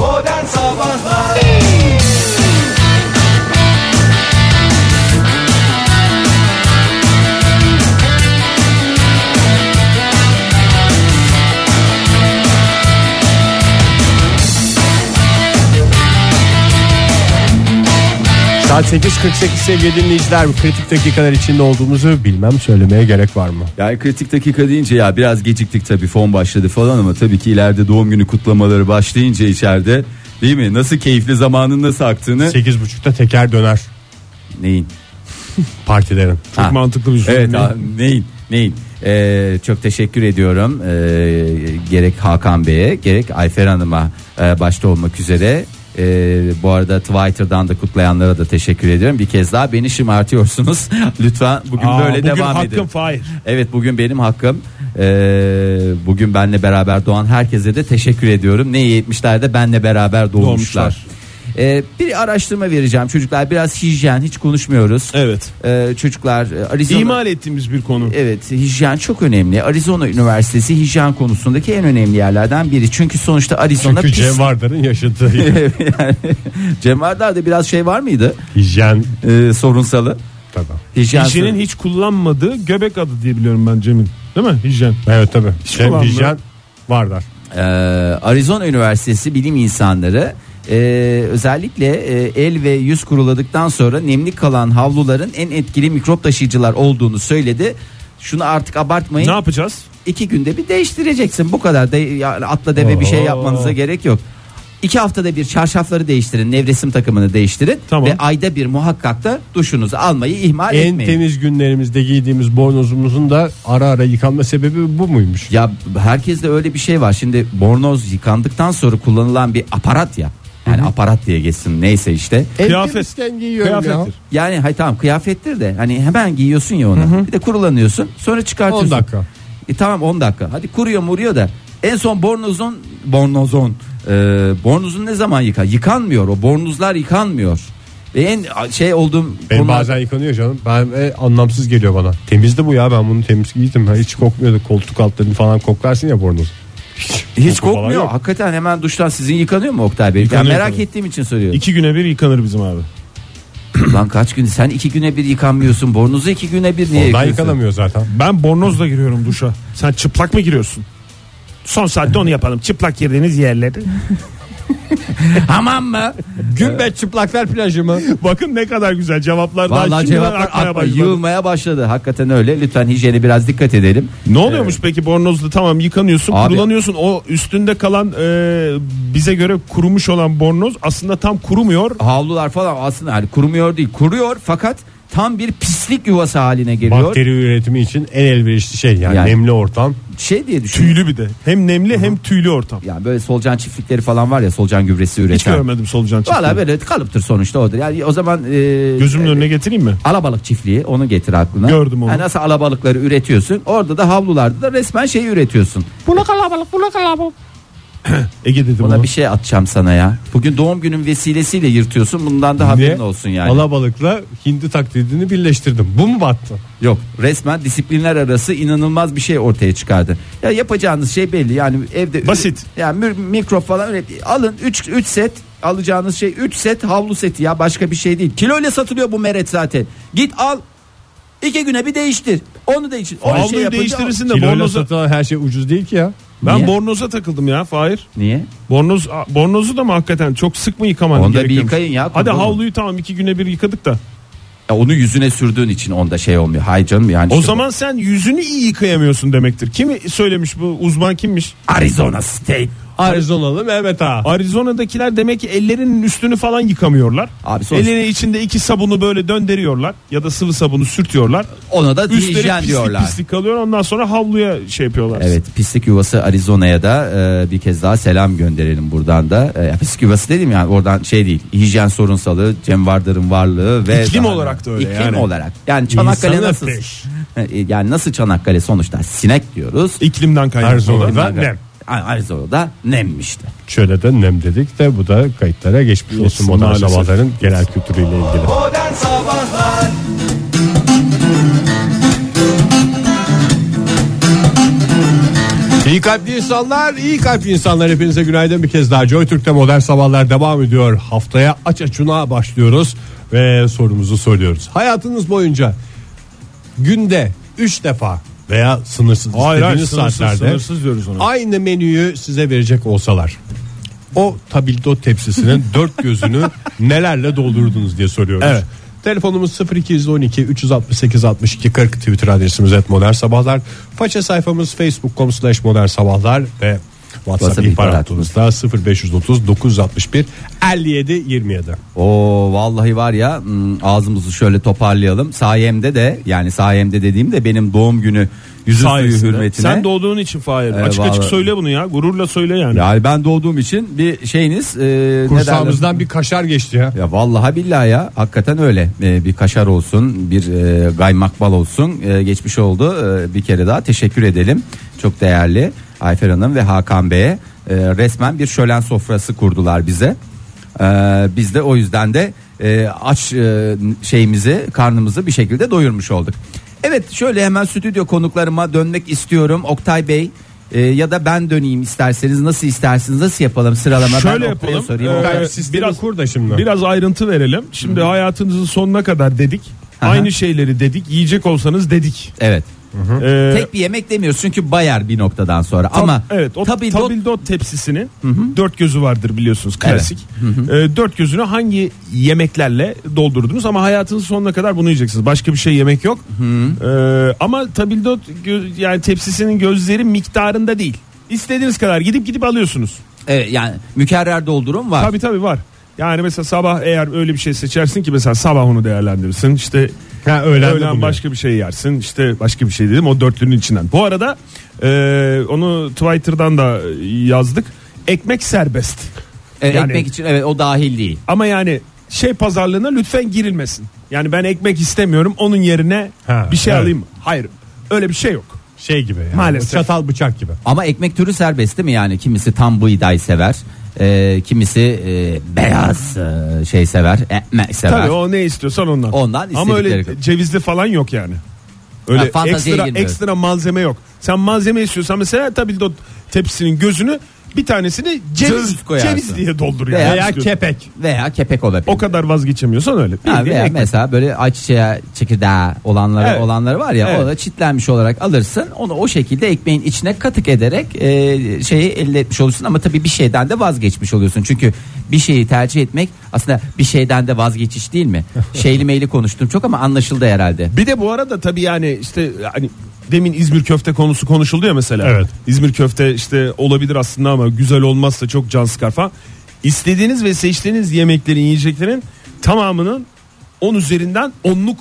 Oh, sabahlar Saat 8.48 sevgili dinleyiciler bu kritik dakikalar içinde olduğumuzu bilmem söylemeye gerek var mı? Yani kritik dakika deyince ya biraz geciktik tabii fon başladı falan ama tabii ki ileride doğum günü kutlamaları başlayınca içeride değil mi? Nasıl keyifli zamanın nasıl aktığını Şey- 8.30'da teker döner neyin? partilerin. Çok Ha. mantıklı bir şey. Evet ha, neyin? Neyin? Ee, çok teşekkür ediyorum Ee, gerek Hakan Bey'e gerek Ayfer Hanım'a e, başta olmak üzere. Ee, bu arada Twitter'dan da kutlayanlara da teşekkür ediyorum. Bir kez daha beni şımartıyorsunuz. Lütfen bugün Aa, böyle bugün devam hakkım edin. Fahir. Evet bugün benim hakkım. Ee, bugün benle beraber doğan herkese de teşekkür ediyorum. Ne iyi etmişler de benle beraber doğmuşlar. Doğmuşlar. Ee, bir araştırma vereceğim çocuklar. Biraz hijyen hiç konuşmuyoruz. Evet. Ee, çocuklar e, Arizona İmal ettiğimiz bir konu. Evet hijyen çok önemli. Arizona Üniversitesi hijyen konusundaki en önemli yerlerden biri. Çünkü sonuçta Arizona Çünkü pis. Cem Vardar'ın yaşadığı yer. yani, Cem Vardar'da biraz şey var mıydı? hijyen Ee, sorunsalı. tabii. Hijyen Hijyenin sorun- hiç kullanmadığı göbek adı diye biliyorum ben Cem'in. Değil mi? Hijyen. Evet tabii. Cem kullanmıyor. hijyen Vardar. Ee, Arizona Üniversitesi bilim insanları e, özellikle e, el ve yüz kuruladıktan sonra nemli kalan havluların en etkili mikrop taşıyıcılar olduğunu söyledi. Şunu artık abartmayın. Ne yapacağız? İki günde bir değiştireceksin. Bu kadar da yani atla deve bir şey Oo. yapmanıza gerek yok. İki haftada bir çarşafları değiştirin, nevresim takımını değiştirin Tamam. ve ayda bir muhakkak da duşunuzu almayı ihmal En etmeyin. temiz günlerimizde giydiğimiz bornozumuzun da ara ara yıkanma sebebi bu muymuş? Ya herkeste öyle bir şey var. Şimdi bornoz yıkandıktan sonra kullanılan bir aparat ya. Yani aparat diye geçsin neyse işte. En Kıyafet. temizken giyiyorum ya. Kıyafettir. Yani hay tamam kıyafettir de hani hemen giyiyorsun ya onu. Bir de kurulanıyorsun. Sonra 10 çıkartıyorsun. dakika. E tamam 10 dakika. Hadi kuruyor muruyor da en son bornozun bornozon e, bornozun ne zaman yıka? Yıkanmıyor o bornozlar yıkanmıyor. Ve en a- şey olduğum Benim konular- bazen yıkanıyor canım. Ben e, anlamsız geliyor bana. Temizdi bu ya ben bunu temiz giydim. Ha, Hiç kokmuyordu. Koltuk altlarını falan koklarsın ya bornoz. koku falan hiç kokmuyor. yok. Hakikaten hemen duştan sizin yıkanıyor mu Oktay Bey? Yıkanıyor ben merak tabii. ettiğim için soruyorum. İki güne bir yıkanır bizim abi. Lan kaç gün sen iki güne bir yıkanmıyorsun. Bornozu iki güne bir niye Ondan yıkıyorsun? yıkanamıyor zaten. Ben bornozla giriyorum duşa. Sen çıplak mı giriyorsun? Son saatte onu yapalım. Çıplak girdiğiniz yerleri. Hamam mı? Gümbet çıplaklar plajı mı? Bakın ne kadar güzel cevaplar. daha Vallahi şimdiden cevaplar akmaya akma- başladı. yığılmaya başladı. Hakikaten öyle. Lütfen hijyene biraz dikkat edelim. Ne oluyormuş peki bornozda tamam yıkanıyorsun Abi- kurulanıyorsun o üstünde kalan e, bize göre kurumuş olan bornoz aslında tam kurumuyor. havlular falan aslında hani kurumuyor değil kuruyor fakat tam bir pislik yuvası haline geliyor. Bakteri üretimi için en elverişli şey yani, Yani- nemli ortam. Şey diye düşün. Tüylü bir de hem nemli hem tüylü ortam. Yani böyle solucan çiftlikleri falan var ya solucan gübresi Hiç üreten. görmedim solucan çiftliği. Valla böyle kalıptır sonuçta odur. Yani o zaman e, Gözümün önüne getireyim mi? alabalık çiftliği onu getir aklına. Gördüm onu. Yani nasıl alabalıkları üretiyorsun orada da havlularda da resmen şeyi üretiyorsun. Ege dedim Buna ona. bir şey atacağım sana ya. Bugün doğum günün vesilesiyle yırtıyorsun bundan da haberin Ve olsun yani. Alabalıkla hindi taklidini birleştirdim. Bu mu battı? Yok resmen disiplinler arası inanılmaz bir şey ortaya çıkardı. Ya yapacağınız şey belli yani evde Basit. Yani mü- mikro falan öyle alın 3 3 set alacağınız şey 3 set havlu seti ya başka bir şey değil. Kiloyla satılıyor bu meret zaten. Git al iki güne bir değiştir. Onu değiştir. Onu şey Havluyu yapınca- değiştirirsin de Kiloyla bornoza. satılan her şey ucuz değil ki ya. Ben Niye? bornoza takıldım ya Fahir. Niye? Bornoz a- bornozu da mı hakikaten çok sık mı yıkaman Onu da bir gerekiyormuş? yıkayın ya, Hadi kurban olayım. havluyu tamam iki güne bir yıkadık da. Ya onu yüzüne sürdüğün için onda şey olmuyor. Hay canım yani. O işte zaman sen yüzünü iyi yıkayamıyorsun demektir. Kimi söylemiş bu uzman kimmiş? bu Arizona State Arizonalı Mehmet Ağa. Arizona'dakiler demek ki ellerinin üstünü falan yıkamıyorlar. Abi sonuçta- Elleri içinde iki sabunu böyle döndürüyorlar ya da sıvı sabunu sürtüyorlar. ona da Üstleri hijyen pislik diyorlar. pislik kalıyor ondan sonra havluya şey yapıyorlar. Evet pislik yuvası Arizona'ya da e, bir kez daha selam gönderelim buradan da. E, pislik yuvası dedim yani oradan şey değil. Hijyen sorunsalı, Cem Vardar'ın varlığı ve İklim daha- olarak da öyle İklim yani. olarak. Yani Çanakkale İnsanlar nasıl? peş. E, Yani nasıl Çanakkale sonuçta sinek diyoruz. İklimden kaynaklı. Arizona'da olarak. nem. A- Arizona'da nemmişti. Şöyle de nem dedik de bu da kayıtlara geçmiş olsun modern maalesef. sabahların genel kültürüyle ilgili. Modern Sabahlar İyi kalpli insanlar, iyi kalpli insanlar hepinize günaydın bir kez daha. Joy Türk'te modern sabahlar devam ediyor. Haftaya aç açuna başlıyoruz ve sorumuzu soruyoruz. Hayatınız boyunca günde 3 defa veya sınırsız Hayır, hayır, istediğiniz sınırsız, saatlerde sınırsız diyoruz ona. aynı menüyü size verecek olsalar o tabildo tepsisinin dört gözünü nelerle doldurdunuz diye soruyoruz. Evet. Telefonumuz 0212 368 62 40 Twitter adresimiz et modern sabahlar. Faça sayfamız facebook.com slash modern sabahlar ve WhatsApp WhatsApp ihbar ihbar hattımızda 0530 961 57 27. O vallahi var ya hmm, ağzımızı şöyle toparlayalım. Sayemde de yani sayemde dediğimde benim doğum günü yüzü suyu Sayesinde. hürmetine. Sen doğduğun için Fahir. Ee, açık açık vallahi- söyle bunu ya. Gururla söyle yani. yani ben doğduğum için bir şeyiniz e, ne derler? Kursağımızdan bir kaşar geçti ya. Ya vallahi billahi ya hakikaten öyle Ee, bir kaşar olsun bir e, gaymakbal olsun e, geçmiş oldu Ee, bir kere daha teşekkür edelim çok değerli Ayfer Hanım ve Hakan Bey'e Ee, resmen bir şölen sofrası kurdular bize Ee, biz de o yüzden de e, aç e, şeyimizi karnımızı bir şekilde doyurmuş olduk. Evet şöyle hemen stüdyo konuklarıma dönmek istiyorum Oktay Bey e, ya da ben döneyim isterseniz nasıl istersiniz nasıl yapalım sıralama Şöyle ben Oktay'a yapalım. sorayım. Ee, Oktay- Ben sistemi biraz- kur da şimdi. Biraz ayrıntı verelim. Şimdi hayatınızın sonuna kadar dedik. Aha. Aynı şeyleri dedik. Yiyecek olsanız dedik. Evet. Ee, Tek bir yemek demiyoruz çünkü bayar bir noktadan sonra Tam- ama evet o tabii tabildot, tepsisinin dört gözü vardır biliyorsunuz Evet. klasik. Ee, dört gözünü hangi yemeklerle doldurdunuz ama hayatınızın sonuna kadar bunu yiyeceksiniz. Başka bir şey yemek yok. Ee, ama tabildot gö- yani tepsisinin gözleri miktarında değil. İstediğiniz kadar gidip gidip alıyorsunuz. Evet, e, yani mükerrer doldurum var. Tabii tabii var. Yani mesela sabah eğer öyle bir şey seçersin ki mesela sabah onu değerlendirirsin. İşte Ha, öğlen de öğlen bunu başka bir şey yersin. İşte başka bir şey dedim o dörtlünün içinden. Bu arada e, onu Twitter'dan da yazdık. Ekmek serbest. Ee, yani- ekmek için evet o dahil değil. Ama yani şey pazarlığına lütfen girilmesin. Yani ben ekmek istemiyorum onun yerine Ha, bir şey evet. alayım. Hayır öyle bir şey yok. Şey gibi yani. Maalesef. Çatal bıçak gibi. Ama ekmek türü serbest değil mi yani kimisi tam buğday sever. e, kimisi e, beyaz e, şey sever, ekmek sever. Tabii o ne istiyorsan ondan. Ondan Ama öyle istedikleri kadar. cevizli falan yok yani. Öyle Ha, fanteziye ekstra girmiyoruz. ekstra malzeme yok. Sen malzeme istiyorsan mesela tabii o tepsinin gözünü bir tanesini ceviz, Ceviz koyarsın. ceviz diye doldur yani. Veya Veya İstiyorsan. kepek. Veya kepek olabilir. O kadar vazgeçemiyorsan öyle. Ha, Bildiğin veya ekmek. mesela böyle ayçiçeğe çekirdeği olanları Evet. olanları var ya Evet. o da çitlenmiş olarak alırsın onu o şekilde ekmeğin içine katık ederek e, şeyi elde etmiş olursun ama tabii bir şeyden de vazgeçmiş oluyorsun çünkü bir şeyi tercih etmek aslında bir şeyden de vazgeçiş değil mi? Şeyli meyli konuştum çok ama anlaşıldı herhalde. Bir de bu arada tabii yani işte hani demin İzmir köfte konusu konuşuldu ya mesela. Evet. İzmir köfte işte olabilir aslında ama güzel olmazsa çok can sıkar falan. İstediğiniz ve seçtiğiniz yemeklerin, yiyeceklerin tamamının 10 üzerinden 10'luk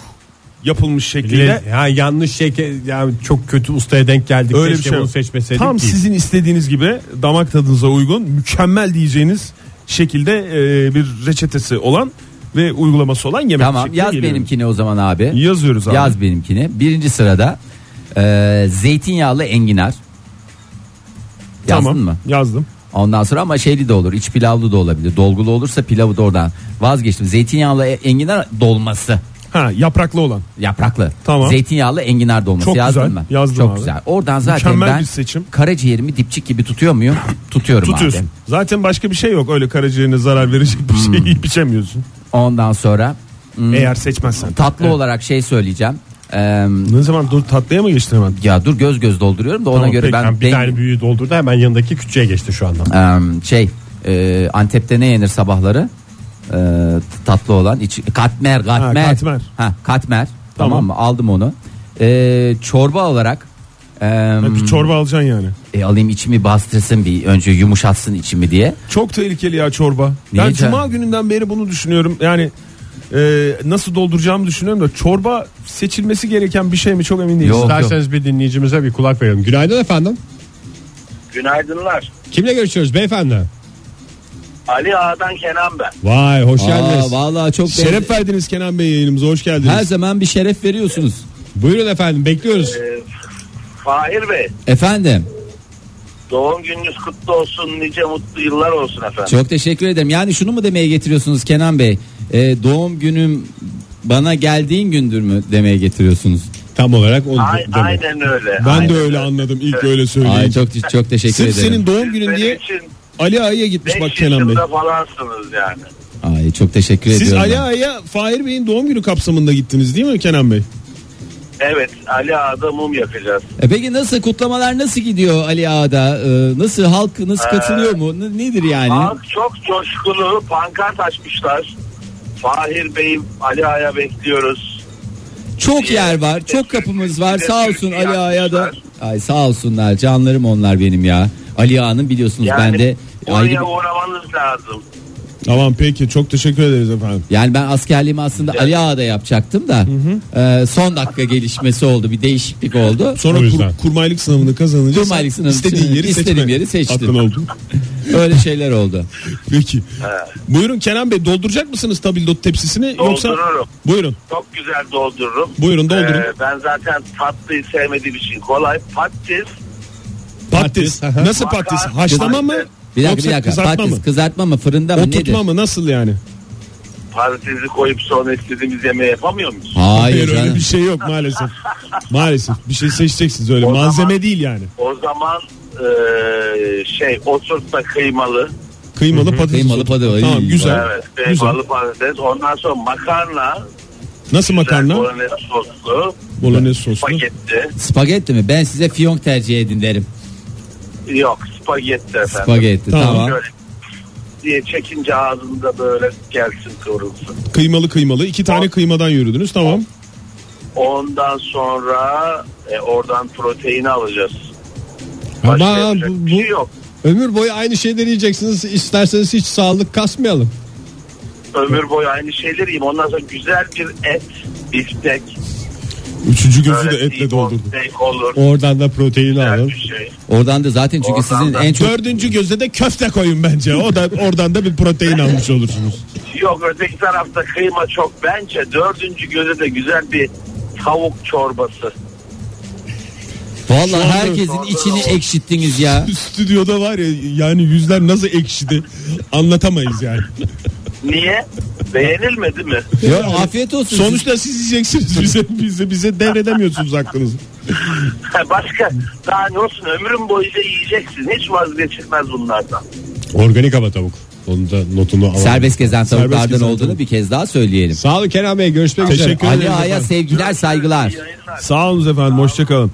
yapılmış şekilde. Ya yanlış şey yani çok kötü ustaya denk geldik. Öyle Keşke bir şey bunu yok. seçmeseydik. Tam değil. sizin istediğiniz gibi damak tadınıza uygun, mükemmel diyeceğiniz şekilde e, bir reçetesi olan ve uygulaması olan yemek Tamam şeklinde yaz geliyor. benimkini o zaman abi. Yazıyoruz abi. Yaz benimkini. Birinci sırada e, zeytinyağlı enginar. Yazdın tamam, mı? Yazdım. Ondan sonra ama şeyli de olur. iç pilavlı da olabilir. Dolgulu olursa pilavı da oradan vazgeçtim. Zeytinyağlı e- enginar dolması. Ha, yapraklı olan. Yapraklı. Tamam. Zeytinyağlı enginar dolması Çok yazdım güzel, ben. yazdım Çok abi. güzel. Oradan zaten Mükemmel ben bir seçim. karaciğerimi dipçik gibi tutuyor muyum? Tutuyorum Tutuyorsun. abi. Zaten başka bir şey yok. Öyle karaciğerine zarar verecek bir şey yiyip içemiyorsun. Ondan sonra hmm, Eğer seçmezsen. tatlı olarak şey söyleyeceğim. Ee, Ne zaman dur tatlıya mı geçtin hemen? ya dur göz göz dolduruyorum da ona Tamam, göre peki. ben, Yani bir tane büyüğü doldurdu hemen yanındaki küçüğe geçti şu anda. Ee, şey e, Antep'te ne yenir sabahları? Ee, t- tatlı olan iç, katmer katmer. Ha, katmer. Ha, katmer. Tamam. Tamam. mı? Aldım onu. Ee, çorba olarak e, Bir çorba alacaksın yani. e, alayım içimi bastırsın bir önce yumuşatsın içimi diye. Çok tehlikeli ya çorba. Niye ben can- cuma gününden beri bunu düşünüyorum. Yani e, nasıl dolduracağımı düşünüyorum da çorba seçilmesi gereken bir şey mi çok emin değilim. Yok, İsterseniz bir dinleyicimize bir kulak verelim. Günaydın efendim. Günaydınlar. Kimle görüşüyoruz beyefendi? Ali Ağa'dan Kenan ben. Vay hoş Aa, geldiniz. vallahi çok Şeref verdiniz Kenan Bey yayınımıza hoş geldiniz. her zaman bir şeref veriyorsunuz. Buyurun efendim bekliyoruz. Ee, Fahir Bey Efendim doğum gününüz kutlu olsun nice mutlu yıllar olsun efendim. çok teşekkür ederim. Yani şunu mu demeye getiriyorsunuz E, Kenan Bey? Ee, doğum günüm bana geldiğin gündür mü demeye getiriyorsunuz? Tam olarak onu Ay- demek. aynen öyle. Ben aynen de öyle anladım ilk Evet. öyle söyleyince. Ay çok çok teşekkür Sırf ederim. senin doğum günün Benim diye için Ali Ağa'ya gitmiş 5 bak Kenan Bey. yaşında falansınız yani. Ay çok teşekkür Siz ediyorum. Ali Ağa'ya Fahir Bey'in doğum günü kapsamında gittiniz değil mi Kenan Bey? Evet Ali Ağa'da mum yakacağız. E peki nasıl kutlamalar nasıl gidiyor Ali Ağa'da? Ee, nasıl halk nasıl katılıyor mu? N- nedir yani? Halk çok coşkulu pankart açmışlar. Fahir Bey'im Ali Ağa'ya bekliyoruz. çok yer var, çok kapımız var. Sağ olsun Ali Ağa'ya da. Ay sağ olsunlar. Canlarım onlar benim ya. Ali Ağa'nın biliyorsunuz E, Yani ben de ayrı oraya bir- uğramanız lazım. Tamam peki çok teşekkür ederiz efendim. yani ben askerliğimi aslında Ali Ağa'da yapacaktım da e, son dakika gelişmesi oldu. Bir değişiklik oldu. Sonra O kur- yüzden. kurmaylık sınavını kazanınca Kurmaylık sen sınavı istediğin için yeri istediğim seçme. yeri seçtim. Aklın oldu. Öyle şeyler oldu. Peki. Buyurun Kenan Bey dolduracak mısınız tabildot tepsisini yoksa Doldururum. Buyurun. Çok güzel doldururum. Buyurun, doldurun. Ee, ben zaten tatlıyı sevmediğim için kolay. Patates, Patates. Patates, aha. Nasıl patates? Makarna, Haşlama mı? patates. Bir dakika Yoksa bir dakika. Kızartma Patates mı? kızartma mı? Fırında mı? nedir? Oturtma mı? Nasıl yani? patatesi koyup sonra istediğimiz yemeği yapamıyor muyuz? Hayır, Hayır öyle canım. bir şey yok maalesef. maalesef bir şey seçeceksiniz öyle. O zaman- Malzeme değil yani. O zaman eee, şey oturtma kıymalı. Kıymalı patates. Kıymalı oturtma. patates. Tamam Ay, güzel. Evet, Güzel. kıymalı patates. Ondan sonra makarna. Nasıl makarna? Bolognese soslu. Bolognese soslu. Spagetti. Spagetti mi? Ben size fiyonk tercih edin derim. Yok spagetti efendim. Spagetti Tamam. tamam. Şöyle diye çekince ağzında böyle gelsin kıvrılsın. Kıymalı kıymalı. iki tane kıymadan yürüdünüz tamam. Ondan sonra e, oradan protein alacağız. Başka Ama yapacak bu, bir şey bu yok. ömür boyu aynı şeyleri yiyeceksiniz. İsterseniz hiç sağlık kasmayalım. Ömür boyu aynı şeyleri yiyeyim. Ondan sonra güzel bir et, biftek. Üçüncü gözü de böyle etle seafood doldurdu. steak olur. Oradan da proteini güzel alın. bir şey. Oradan da zaten çünkü Oradan sizin da- en çok Dördüncü gözde de köfte koyun bence. O da oradan da bir protein almış olursunuz. Yok öteki tarafta kıyma çok. Bence dördüncü göze de güzel bir tavuk çorbası. vallahi herkesin içini ekşittiniz ya. Stüdyoda var ya yani yüzler nasıl ekşidi anlatamayız yani. Niye? Beğenilmedi mi? Yok, afiyet olsun. Sonuç Sonuçta siz yiyeceksiniz bize bize bize devredemiyorsunuz hakkınızı. Başka daha ne olsun ömrün boyunca yiyeceksin. Hiç vazgeçilmez bunlardan. Organik ama tavuk. Onun da notunu alalım. serbest gezen tavuklardan gezen olduğunu tavuk. bir kez daha söyleyelim. Sağ olun Kenan Bey. Görüşmek üzere. Teşekkür Ali ederim Ağa'ya efendim. sevgiler saygılar. İyi yayınlar. Sağ olun efendim hoşçakalın.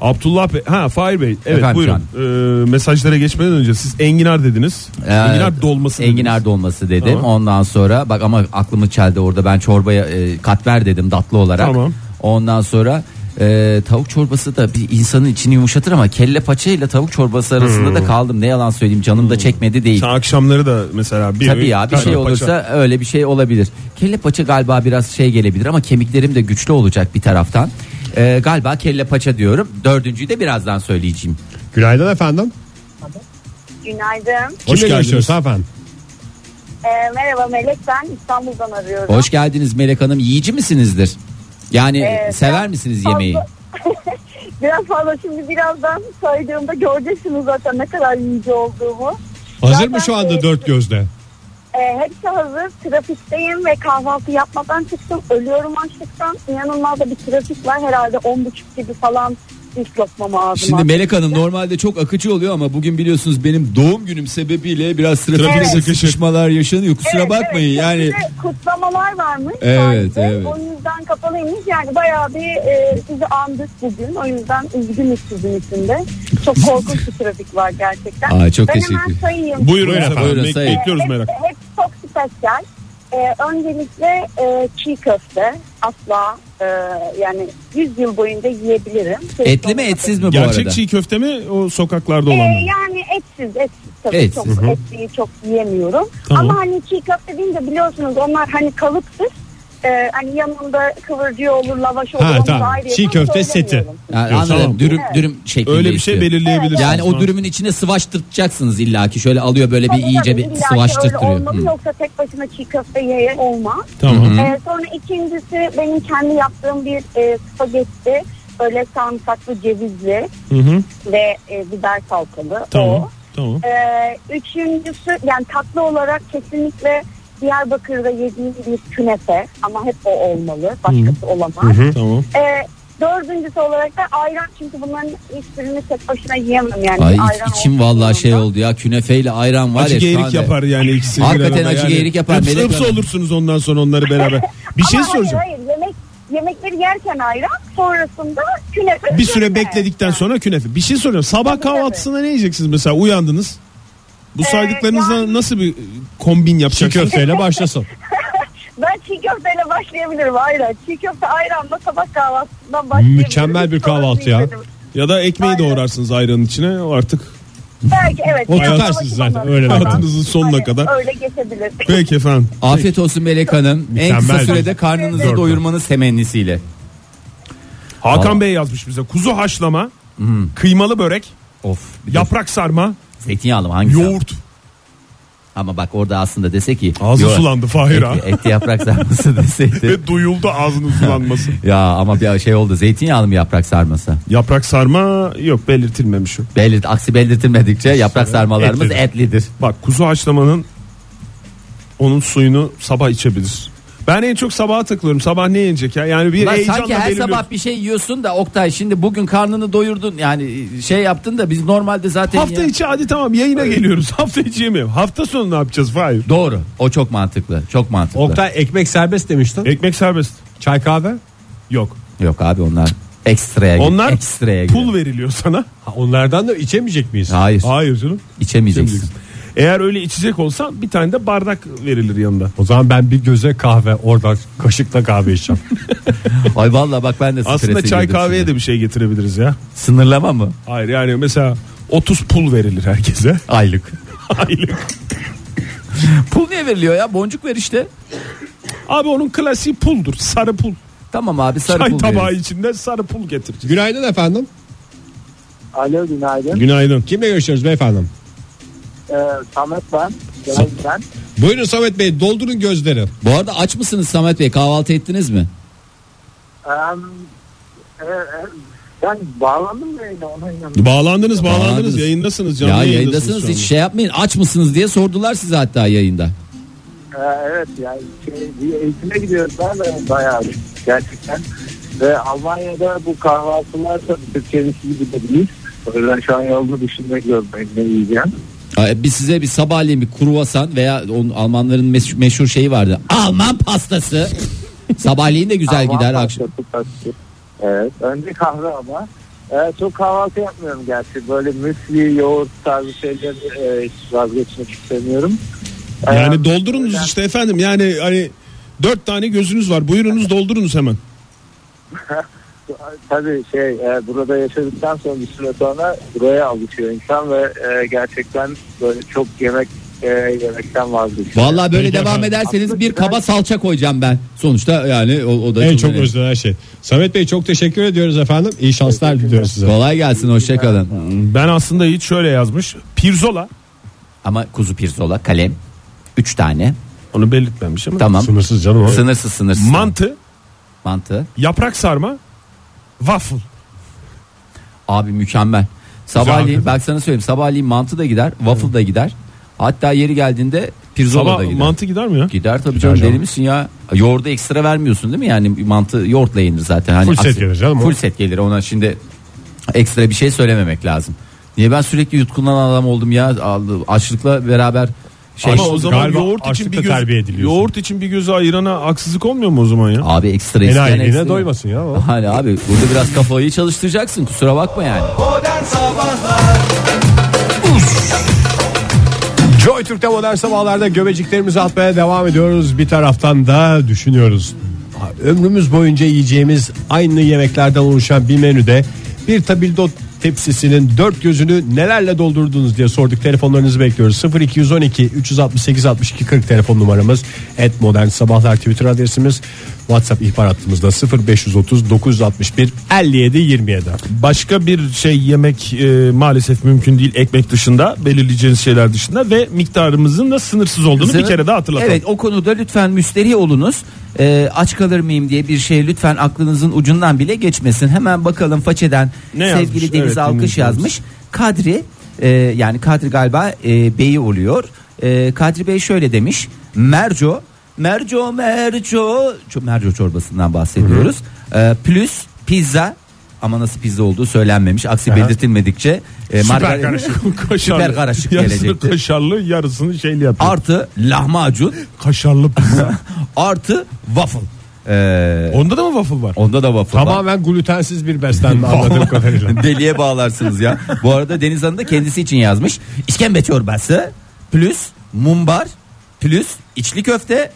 Abdullah Bey, ha Fahir Bey, evet Efendim buyurun. E, Ee, mesajlara geçmeden önce siz enginar dediniz. enginar dolması Ee, Enginar dediniz. dolması dedim. Tamam. Ondan sonra bak ama aklımı çeldi orada ben çorbaya e, katmer dedim tatlı olarak. Tamam. Ondan sonra e, tavuk çorbası da bir insanın içini yumuşatır ama kelle paçayla tavuk çorbası arasında Hmm. da kaldım. Ne yalan söyleyeyim canım da çekmedi değil. Sen akşamları da mesela bir Tabii ya bir şey tane olursa paça. öyle bir şey olabilir. Kelle paça galiba biraz şey gelebilir ama kemiklerim de güçlü olacak bir taraftan. E, galiba kelle paça diyorum. Dördüncüyü de birazdan söyleyeceğim. Günaydın efendim. Günaydın. Hoş Hoş Kimle geldiniz. görüşüyoruz efendim? Ee, merhaba Melek ben İstanbul'dan arıyorum. Hoş geldiniz Melek Hanım. Yiyici misinizdir? Yani Evet, sever Ee, ben misiniz fazla- yemeği? Biraz fazla şimdi birazdan saydığımda göreceksiniz zaten ne kadar yiyici olduğumu. Hazır Zaten, mı şu anda e, dört gözle? E, hepsi hazır. Trafikteyim ve kahvaltı yapmadan çıktım. Ölüyorum açlıktan. İnanılmaz da bir trafik var. Herhalde 10.30 gibi falan ilk lokmamı ağzıma. Şimdi Melek Hanım normalde çok akıcı oluyor ama bugün biliyorsunuz benim doğum günüm sebebiyle biraz trafikte Evet. sıkışmalar yaşanıyor. Kusura Evet, bakmayın evet. yani. Bir de kutlamalar varmış. Evet, sadece. evet. O yüzden kapalıymış. Yani bayağı bir e, sizi andık bugün. O yüzden üzgünüz sizin için de. Çok korkunç bir trafik var gerçekten. Aa, çok ben teşekkür. hemen sayayım. Buyurun, Buyurun efendim. buyurun, Bek- sayın. bekliyoruz Hep- merak. Hep çok spesyal. Ee, öncelikle e, çiğ köfte asla e, yani 100 yıl boyunca yiyebilirim. Etli mi etsiz mi bu Gerçek arada? çiğ köfte mi o sokaklarda Ee, olan mı? yani etsiz etsiz tabii Etsiz, çok hı. etliyi çok yiyemiyorum. Tamam. Ama hani çiğ köfte deyince biliyorsunuz onlar hani kalıpsız. Ee, hani yanında kıvırcığı olur, lavaş olur. Ha, onu da tamam. ayrı Çiğ yapıyorum, köfte seti. söylemiyorum. Yani anladım Tamam. dürüm dürüm Ee, şeklinde Öyle bir şey istiyor. belirleyebilirsiniz. Yani o Tamam. dürümün içine sıvaştırtacaksınız illaki. Şöyle alıyor böyle bir Tabii iyice tabii, bir illa ki öyle sıvaştırtırıyor. olmalı, Hmm. Yoksa tek başına çiğ köfte yiyen olmaz. Tamam. Ee, sonra ikincisi benim kendi yaptığım bir e, spagetti. Böyle sarımsaklı cevizli Hı hı. ve e, biber salçalı. Tamam. O. Tamam. Ee, üçüncüsü yani tatlı olarak kesinlikle Diyarbakır'da yediğim bir künefe ama hep o olmalı. Başkası olamaz. Tamam. Ee, Dördüncüsü olarak da ayran çünkü bunların hiçbirini tek başına yiyemem yani. Ay Ayran iç- içim olduğu vallahi için şey oldu ya künefeyle ayran var Acı ya şu geğirik anda. yapar yani ikisini. Hakikaten bir arada acı yani. geğirik yapar. Hıps Melek hıps Hanım. olursunuz ondan sonra onları beraber. Bir şey Ama hayır, soracağım. Hayır, yemek yemekleri yerken ayran sonrasında künefe. Bir süre üzerine. bekledikten sonra künefe. Bir şey soruyorum. Sabah Tabii, kahvaltısında ne yiyeceksiniz mesela? Uyandınız. Bu saydıklarınızla yani- nasıl bir e, kombin Çiğ yapacaksınız? köfteyle başlasın. Ben çiğ köfteyle başlayabilirim ayran. Çiğ köfte ayranla sabah kahvaltısından başlayabilirim. Mükemmel bir Hiç sorun kahvaltı değil ya. dedim. Ya da ekmeği Aynen. doğrarsınız ayranın içine o artık. Belki evet. O yani tutarsınız hava zaten, dumanları öyle falan. hayatınızın sonuna kadar. Öyle geçebilir. Peki efendim. Afiyet olsun Melek Hanım. En kısa Mükemmel. sürede karnınızı Gördüm. doyurmanız temennisiyle. Hakan Aa. Bey yazmış bize. Kuzu haşlama, kıymalı börek, Of. bir de yaprak sarma, Zeytinyağlı mı hangisi? yoğurt. Ama bak orada aslında dese ki. Ağzı yoğurt- sulandı Fahir ha. Etli, etli yaprak sarması deseydi. Ve duyuldu ağzının sulanması. ya ama bir şey oldu. Zeytinyağlı mı yaprak sarması? yaprak sarma yok belirtilmemiş o. Belli, aksi belirtilmedikçe yaprak sarmalarımız etlidir. etlidir. Bak kuzu haşlamanın onun suyunu sabah içebilir. Ben en çok sabaha takılıyorum. Sabah ne yenecek ya? Yani bir Ulan heyecanla sanki her belirliyorum. sabah bir şey yiyorsun da Oktay şimdi bugün karnını doyurdun yani şey yaptın da biz normalde zaten Hafta ya- içi hadi tamam yayına geliyoruz. Hafta içi yemiyorum. Hafta sonu ne yapacağız? Hayır. Doğru o çok mantıklı çok mantıklı. Oktay ekmek serbest demiştin. Ekmek serbest. Çay kahve. Yok. Yok abi onlar ekstraya gir- Onlar ekstraya gir. pul veriliyor sana. Ha, onlardan da içemeyecek miyiz? Hayır Hayır canım. içemeyeceksin. Eğer öyle içecek olsa bir tane de bardak verilir yanında. O zaman ben bir göze kahve oradan kaşıkla kahve içeceğim. Ay vallahi bak ben de strese Aslında çay girdim kahveye şimdi. de bir şey getirebiliriz ya. Sınırlama mı? Hayır yani mesela 30 pul verilir herkese. Aylık. Aylık. Pul niye veriliyor ya boncuk ver işte. Abi onun klasiği puldur. Sarı pul. Tamam abi sarı çay pul tabağı veririz. içinde sarı pul getireceğiz. Günaydın efendim. Alo günaydın. Günaydın. Kimle görüşüyoruz beyefendim? Ee, Samet ben. Genel ben. Buyurun Samet Bey doldurun gözleri. Bu arada aç mısınız Samet Bey kahvaltı ettiniz mi? Em, e, e, ben bağlandım mı yine ona inanıyorum. Bağlandınız bağlandınız Bağlandınız. yayındasınız canlı Ya yayındasınız. yayındasınız şu hiç anda. şey yapmayın aç mısınız diye sordular size hatta yayında. Ee, evet yani şey, bir eğitime gidiyoruz ben de bayağı gerçekten. Ve Almanya'da bu kahvaltılar tabii Türkiye'deki gibi de değil. O yüzden şu an yolunu düşünmek zorundayım ne yiyeceğim. Ay, Biz size bir sabahleyin bir kruvasan veya onun Almanların mes- meşhur şeyi vardı. Alman pastası. sabahleyin de güzel Kahvaltı gider akşam. haftası, tatlı. Evet önce kahve ama. Ee, çok kahvaltı yapmıyorum gerçi. Böyle müsli, yoğurt tarzı şeyler e, hiç vazgeçmek istemiyorum. Yani Ee, doldurunuz ben- işte efendim yani hani dört tane gözünüz var buyurunuz doldurunuz hemen. Tabii şey e, burada yaşadıktan sonra bir süre sonra buraya alışıyor insan ve e, gerçekten böyle çok yemek e, yemekten vazgeçiyor. Vallahi böyle Peki devam efendim. ederseniz Aslında bir güzel. kaba salça koyacağım ben. Sonuçta yani o, o da en çok çok önemli. özlenen şey. Samet Bey çok teşekkür ediyoruz efendim. İyi şanslar diliyoruz size. Kolay gelsin hoşçakalın. Ben aslında hiç şöyle yazmış. Pirzola Ama kuzu pirzola kalem. Üç tane. onu belirtmemiş ama. Tamam. Sınırsız canım. o. Sınırsız sınırsız. Mantı, Mantı. yaprak sarma, waffle. Abi mükemmel. Sabahleyin bak sana söyleyeyim sabahleyin mantı da gider, waffle da gider. Hatta yeri geldiğinde pirzola Sabah da gider. mantı gider mi ya? Gider tabii canım deli misin ya? Yoğurda ekstra vermiyorsun değil mi? Yani mantı yoğurtla yenir zaten. Hani Full set gelir canım o. Full set gelir ona şimdi ekstra bir şey söylememek lazım. Niye ben sürekli yutkunan adam oldum ya Aldı- açlıkla beraber şey. Ama o zaman Galiba yoğurt için açlıkla bir terbiye göz ediliyorsun. yoğurt için bir gözü ayırana haksızlık olmuyor mu o zaman ya? Abi ekstra En isteyen aileliğine ekstra- doymasın ya. o. Hani abi burada biraz kafayı çalıştıracaksın kusura bakma yani. Modern Sabahlar Joy Türk'te modern sabahlarda göbeciklerimizi atmaya devam ediyoruz. Bir taraftan da düşünüyoruz. Ömrümüz boyunca yiyeceğimiz aynı yemeklerden oluşan bir menüde bir tabildot tepsisinin dört gözünü nelerle doldurdunuz diye sorduk. Telefonlarınızı bekliyoruz. 0212 368 62 40 telefon numaramız. Et modern sabahlar Twitter adresimiz. WhatsApp ihbar hattımızda 0530 961 57 27. Başka bir şey yemek e, maalesef mümkün değil ekmek dışında belirleyeceğiniz şeyler dışında ve miktarımızın da sınırsız olduğunu bir kere daha hatırlatalım. Evet o konuda lütfen müsterih olunuz. Ee, aç kalır mıyım diye bir şey lütfen aklınızın ucundan bile geçmesin. Hemen bakalım façeden Ne yazmış? sevgili Deniz Evet, Alkış dinleyicimiz. yazmış. Kadri e, yani Kadri galiba e, beyi oluyor. E, Kadri Bey şöyle demiş. Merco Merco Merco Ço- Merco çorbasından bahsediyoruz. E, plus pizza ama nasıl pizza olduğu söylenmemiş. Aksi belirtilmedikçe e, Süper margarin- karışık. Süper karışık Yarısını gelecekti. kaşarlı yarısını şeyli yapıyor. Artı lahmacun, kaşarlı pizza. artı waffle. Ee, Onda da mı waffle var? onda da waffle var. Tamamen glutensiz bir beslenme anladığım kadarıyla. Deliye bağlarsınız ya. Bu arada Deniz Hanım da kendisi için yazmış. İşkembe çorbası plus mumbar plus içli köfte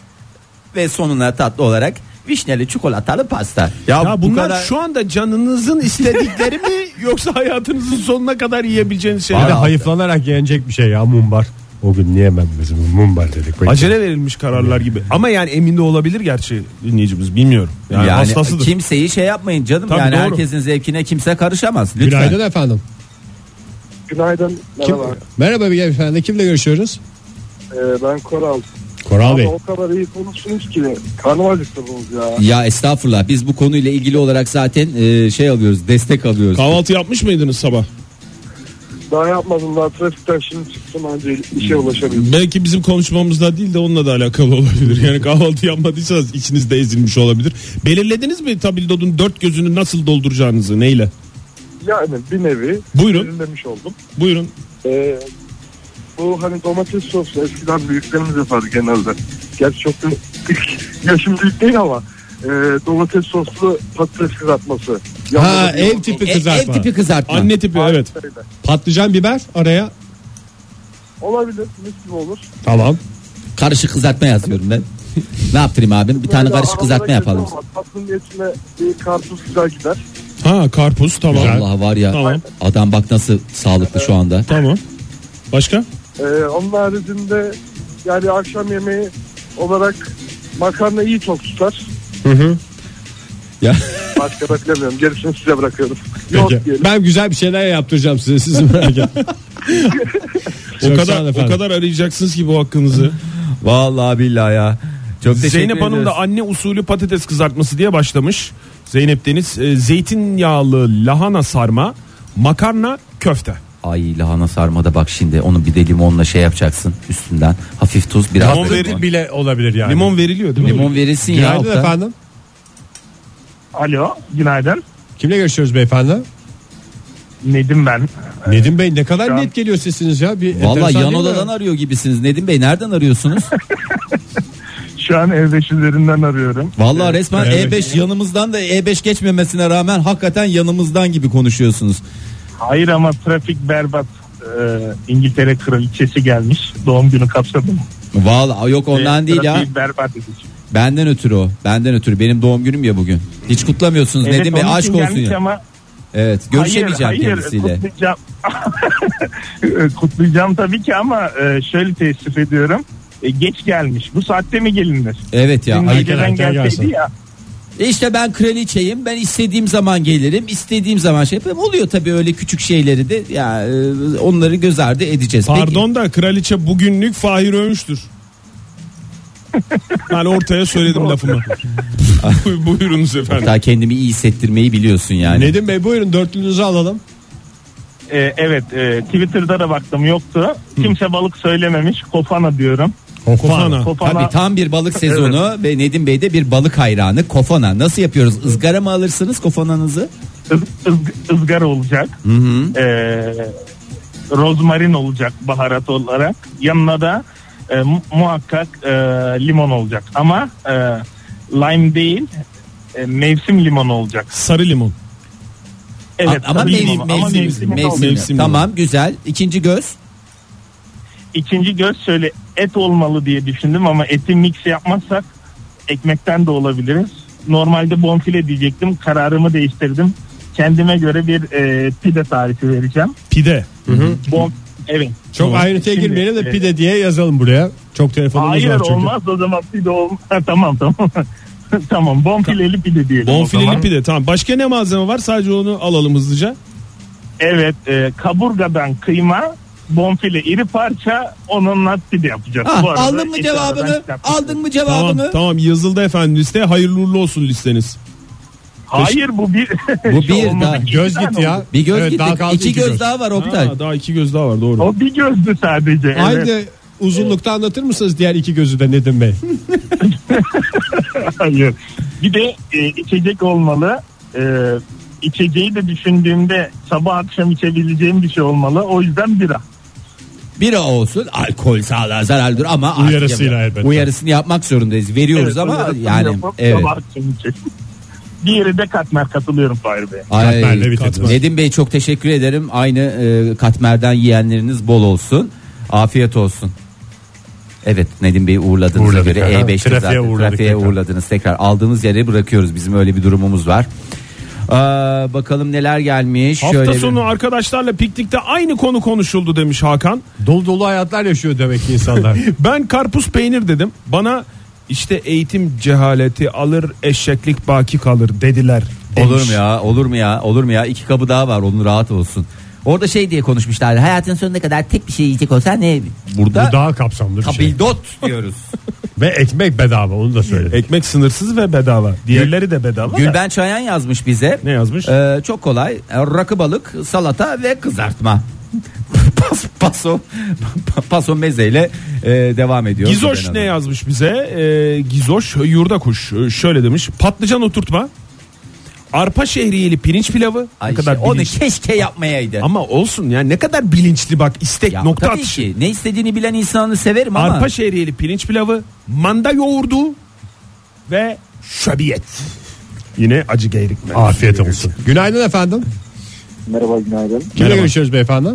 ve sonuna tatlı olarak vişneli çikolatalı pasta. Ya bunlar şu anda canınızın istedikleri mi yoksa hayatınızın sonuna kadar yiyebileceğiniz Bir şeyler? de mi? hayıflanarak yenecek bir şey ya mumbar. O gün yiyemem bizim mumbar dedik. Peki. Acele verilmiş kararlar gibi. Ama yani emin de olabilir gerçi dinleyicimiz bilmiyorum. Yani, yani hastasıdır. kimseyi şey yapmayın canım. Tabii yani doğru. herkesin zevkine kimse karışamaz. Lütfen. Günaydın efendim. Günaydın. Kim? Merhaba. Merhaba beyefendi kimle görüşüyoruz? Ee, ben Koral. Koral Bey. Ama o kadar iyi konuştunuz ki. Karnım acıktırdınız ya. Ya estağfurullah biz bu konuyla ilgili olarak zaten e, şey alıyoruz destek alıyoruz. Kahvaltı yapmış mıydınız sabah? Daha yapmadım daha trafikten şimdi çıktım anca işe ulaşabilirim. Belki bizim konuşmamızla değil de onunla da alakalı olabilir. Yani kahvaltı yapmadıysanız içinizde ezilmiş olabilir. Belirlediniz mi tabildodun dört gözünü nasıl dolduracağınızı neyle? Yani bir nevi Buyurun belirlemiş oldum. buyurun. Ee, bu hani domates sosu eskiden büyüklerimiz yapardı genelde. Gerçi çok da yaşım büyük değil ama e, domates soslu patates kızartması. Ha Yanında bir ev yoğurt tipi E- kızartma. ev tipi kızartma. Anne tipi evet. olsaydı. Patlıcan biber araya. Olabilir mis gibi olur. Tamam. Karışık kızartma yazıyorum ben. ne yaptırayım abim? Bir tane Böyle karışık kızartma aralarına yapalım. kötü ama Tatlının içine bir karpuz güzel gider. Ha karpuz tamam. şey Allah var ya Tamam. adam bak nasıl sağlıklı şu anda. Tamam. Başka? Ee, onun haricinde yani akşam yemeği olarak makarna iyi çok tutar. Ya Başka da bilemiyorum. Gerisini size bırakıyorum. Yok Peki. diyelim. Ben güzel bir şeyler yaptıracağım size. Siz merak etmeyin. Çok sağ o olun kadar o efendim. kadar arayacaksınız ki bu hakkınızı. Vallahi billahi ya. Çok teşekkür Zeynep Hanım ediyoruz. da anne usulü patates kızartması diye başlamış. Zeynep Deniz e, zeytinyağlı lahana sarma, makarna, köfte. Ay lahana sarmada bak şimdi onu bir de limonla şey yapacaksın üstünden. Hafif tuz biraz. Limon da- verip- bile olabilir yani. Limon veriliyor değil mi? Limon verilsin ya. Günaydın altta. efendim. Alo, günaydın. Kimle görüşüyoruz beyefendi? Nedim ben. Nedim Bey ne kadar an- net geliyor sesiniz ya. Bir Valla enteresan yan değil mi? odadan arıyor gibisiniz. Nedim Bey nereden arıyorsunuz? Şu an E5 üzerinden arıyorum. Vallahi resmen Evet. E5 yanımızdan da E5 geçmemesine rağmen hakikaten yanımızdan gibi konuşuyorsunuz. Hayır ama trafik berbat. Ee, İngiltere kraliçesi gelmiş. Doğum günü kapsadı mı? Vallahi yok ondan Ee, değil ya. trafiği berbat edici. Benden ötürü o. Benden ötürü. Benim doğum günüm ya bugün. Hiç kutlamıyorsunuz Evet, Nedim Bey onun aşk için olsun gelmiş ya. Ama Evet görüşemeyeceğim hayır, hayır, kendisiyle. Kutlayacağım. Ee, kutlayacağım tabii ki ama e, şöyle teessüf ediyorum. E, geç gelmiş. Bu saatte mi gelinir? Evet ya. Dün ay- geceden erken gelseydi gelsin. ya. İşte ben kraliçeyim. Ben istediğim zaman gelirim. istediğim zaman şey yaparım. Oluyor tabii öyle küçük şeyleri de. Ya e, onları göz ardı edeceğiz. Peki. Pardon da kraliçe bugünlük Fahir Övmüş'tür. ben ortaya söyledim lafımı. Buy- Buyurunuz efendim. Daha kendimi iyi hissettirmeyi biliyorsun yani. Nedim Bey buyurun dörtlünüzü alalım. Ee, evet, e, Twitter'da da baktım yoktu. Kimse balık söylememiş. Kofana diyorum. Kofana. Kofana Tabii tam bir balık sezonu ve Nedim Bey de bir balık hayranı kofana. Nasıl yapıyoruz? Izgara mı alırsınız kofananızı? Iz, ız- ızgara olacak. Ee, rozmarin olacak baharat olarak. Yanına da e, mu- muhakkak e, limon olacak. Ama e, lime değil e, mevsim limonu olacak. Sarı limon. Evet, A- ama sarı mevsim, limonu. mevsim, mevsim, Ama mevsim mevsim. olacak. Mevsim Tamam güzel. İkinci göz. İkinci göz şöyle et olmalı diye düşündüm ama eti mix yapmazsak ekmekten de olabiliriz. Normalde bonfile diyecektim. Kararımı değiştirdim. Kendime göre bir e, pide tarifi vereceğim. Pide. Bon, evet. Çok Tamam. ayrıntıya Şimdi, girmeyelim de e, pide diye yazalım buraya. Çok telefonumuz var Hayır çünkü. olmaz o zaman pide olmaz. tamam tamam. tamam bonfileli pide diyelim o Bonfileli zaman. pide. Tamam. Başka ne malzeme var? Sadece onu alalım hızlıca. Evet e, kaburgadan kıyma bonfile iri parça onunla pide yapacağız. Ah, Bu arada aldın mı eti cevabını? aradan çıkarttık. Aldın Tamam, mı cevabını? tamam yazıldı efendim liste. Hayırlı uğurlu olsun listeniz. Hayır bu bir. Bu şey bir olmadı, daha. iki Göz tane git ya. Bir göz Evet, gittik. daha kaldı İki iki göz, göz. daha var Oktay. Ha, daha iki göz daha var doğru. O bir gözdü sadece. evet. Aynı uzunlukta anlatır mısınız diğer iki gözü de Nedim Bey? Hayır. Bir de e, içecek olmalı. e, içeceği de düşündüğümde sabah akşam içebileceğim bir şey olmalı. O yüzden bira. Bira olsun alkol sağlığa zararlıdır ama artık Uyarısıyla yapma- elbette. Uyarısını yapmak zorundayız. Veriyoruz Evet, ama uyarısını yani yapıp evet. sabah akşam içeceğim. Diğeri de katmer katılıyorum Fahir Bey. Ay, Katmerle bitirdiniz. katmer. Nedim Bey çok teşekkür ederim. Aynı e, katmerden yiyenleriniz bol olsun. Afiyet olsun. Evet Nedim Bey'i uğurladığınıza Uğurladık, göre aha. E5'te Trafiğe zaten uğurladık trafiğe tekrar. uğurladınız tekrar. Aldığınız yere bırakıyoruz. Bizim öyle bir durumumuz var. Aa, bakalım neler gelmiş. Hafta Şöyle bir- sonu arkadaşlarla piknikte aynı konu konuşuldu demiş Hakan. Dolu dolu hayatlar yaşıyor demek ki insanlar. Ben karpuz peynir dedim. Bana işte eğitim cehaleti alır eşeklik baki kalır dediler. demiş. Olur mu ya? Ya olur mu ya? Olur mu ya? İki kabı daha var. Onun rahat olsun. Orada şey diye konuşmuşlar. Hayatın sonuna kadar tek bir şey yiyecek olsan ne? Burada Bu daha kapsamlı bir şey. kabildot diyoruz. Ve ekmek bedava onu da söyledik. Ekmek sınırsız ve bedava. Diğerleri de bedava. da. Gülben Çayan yazmış bize. Ne yazmış? Ee, çok kolay. Ee, Rakı balık, salata ve kızartma. Pas, paso paso mezeyle e, devam ediyor. Gizoş Gülben ne Hanım. yazmış bize? Ee, Gizoş yurda kuş. ee, Şöyle demiş. Patlıcan oturtma. Arpa şehriyeli pirinç pilavı. Ay şey, ne kadar işte, onu bilinçli. keşke yapmayaydı. Ama olsun ya ne kadar bilinçli bak istek Ya, nokta tabii atışı. ki. Ne istediğini bilen insanı severim ama. Arpa şehriyeli pirinç pilavı, manda yoğurdu ve şöbiyet. Yine acı geyrik. Afiyet olsun. Günaydın efendim. Merhaba günaydın. Kimle görüşüyoruz beyefendi?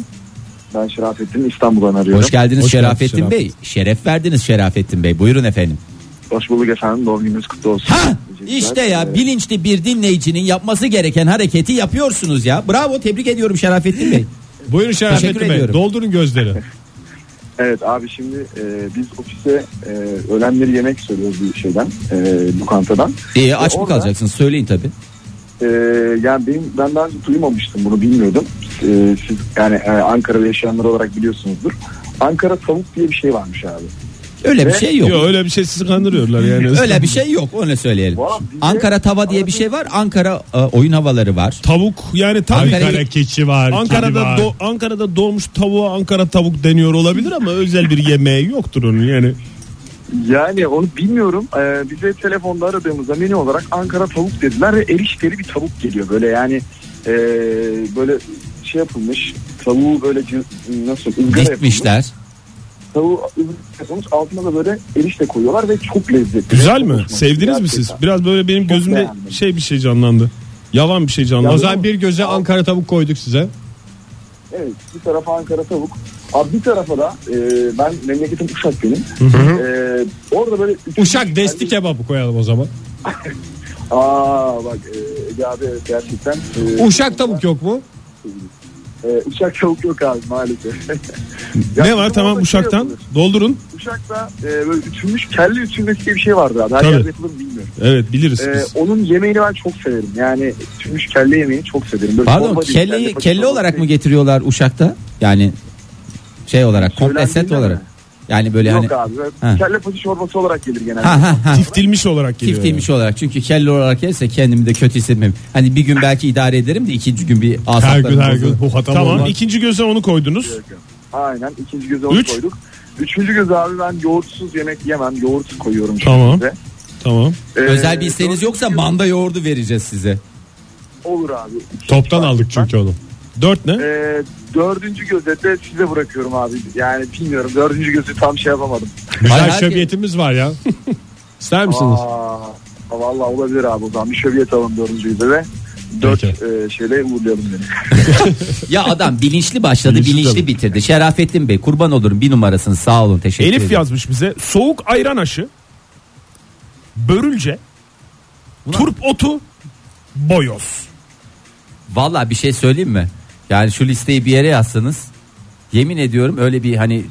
Ben Şerafettin İstanbul'dan arıyorum. Hoş geldiniz Hoş geldiniz Şerafettin Şerafettin. Bey. Şeref verdiniz Şerafettin Bey. Buyurun efendim. Hoş bulduk efendim. Doğum gününüz kutlu olsun. Ha, Teşekkürler. işte ya Ee, bilinçli bir dinleyicinin yapması gereken hareketi yapıyorsunuz ya. Bravo tebrik ediyorum Şerafettin Bey. Buyurun Teşekkür Şerafettin Bey. ediyorum. Doldurun gözleri. Evet abi şimdi e, biz ofise e, öğlenleri yemek söylüyoruz bir şeyden, e, lokantadan. Ee, aç mı Orada- kalacaksınız söyleyin tabii. E, yani benim, ben daha önce duymamıştım bunu bilmiyordum. E, siz yani e, Ankara'da yaşayanlar olarak biliyorsunuzdur. Ankara tavuk diye bir şey varmış abi. Öyle bir Ve- şey yok. Yok öyle bir şey sizi kandırıyorlar yani. Öyle bir şey yok onu söyleyelim. Valla şey- bize- Ankara tava diye bir şey var. Ankara e, oyun havaları var. Tavuk yani tabii Ankara- Ankara keçi var. kedi Ankara'da var. do- Ankara'da doğmuş tavuğa Ankara tavuk deniyor olabilir ama özel bir yemeği yoktur onun yani. Yani onu bilmiyorum. E, bize telefonda aradığımızda menü olarak Ankara tavuk dediler ve erişteli bir tavuk geliyor. Böyle yani e, böyle şey yapılmış tavuğu böyle cı- nasıl ızgara yapılmış. Dikmişler. Tavuğu ızgara yapılmış altına da böyle erişte koyuyorlar ve çok lezzetli. Güzel Çok mi? hoşuma Sevdiniz gitti mi siz? gerçekten. Biraz böyle benim Çok gözümde beğendim. şey bir şey canlandı. Yavan bir şey O canlandı. zaman bir göze Ankara tavuk koyduk size. Evet bir tarafa Ankara tavuk. Abi bir tarafa da e, ben memleketim Uşak benim. E, orada böyle... Uşak desti kebabı koyalım o zaman. Aa bak e, Ege abi gerçekten... e, Uşak tavuk yok mu? e, Uşak tavuk yok abi maalesef. ne var tamam şey uşaktan doldurun. Uşak'ta e, böyle ütülmüş, kelle ütülmesi diye bir şey vardı abi. Her Tabii. yerde yapılır mı bilmiyorum. Evet biliriz E, biz. onun yemeğini ben çok severim. Yani ütülmüş kelle yemeğini çok severim. Böyle Pardon bomba değil, kelleyi paça kelle tavuk olarak mı değil. getiriyorlar Uşak'ta? Yani şey olarak komple set Söylendiğinde olarak. mi? Yani böyle hani Yok abi. Ha. Kelle paça çorbası olarak gelir genelde. ha ha ha. Tiftilmiş olarak geliyor. Çiftilmiş olarak çünkü kelle olarak yerse kendimi de kötü hissetmem. Hani bir gün belki idare ederim de ikinci gün bir Her gün asaplarım her gün. bozulur. Bu hatam Tamam olmaz. ikinci göze onu koydunuz. Aynen. ikinci göze onu Üç. koyduk. Üçüncü göz abi ben yoğurtsuz yemek yemem. Yoğurt koyuyorum. Ee, Tamam. Size. Tamam. Özel bir isteğiniz yoksa manda yoğurdu vereceğiz size. Olur abi. Toptan aldık çünkü onu. Dört ne? Ee, dördüncü gözete size bırakıyorum abi. Yani bilmiyorum. Dördüncü gözü tam şey yapamadım. Güzel Hayır, her- şöbiyetimiz var ya. İster misiniz? Aa, vallahi olabilir abi o zaman. Bir şöbiyet alalım dördüncü göze ve dört Peki. e, şeyle uğurlayalım beni. Ya adam bilinçli başladı, bilinçli, bitirdi. Şerafettin Bey kurban olurum bir numarasını sağ olun teşekkür ederim. Elif yazmış bize soğuk ayran aşı, börülce, turp otu, boyoz. Valla bir şey söyleyeyim mi? Yani şu listeyi bir yere yazsanız yemin ediyorum öyle bir hani e,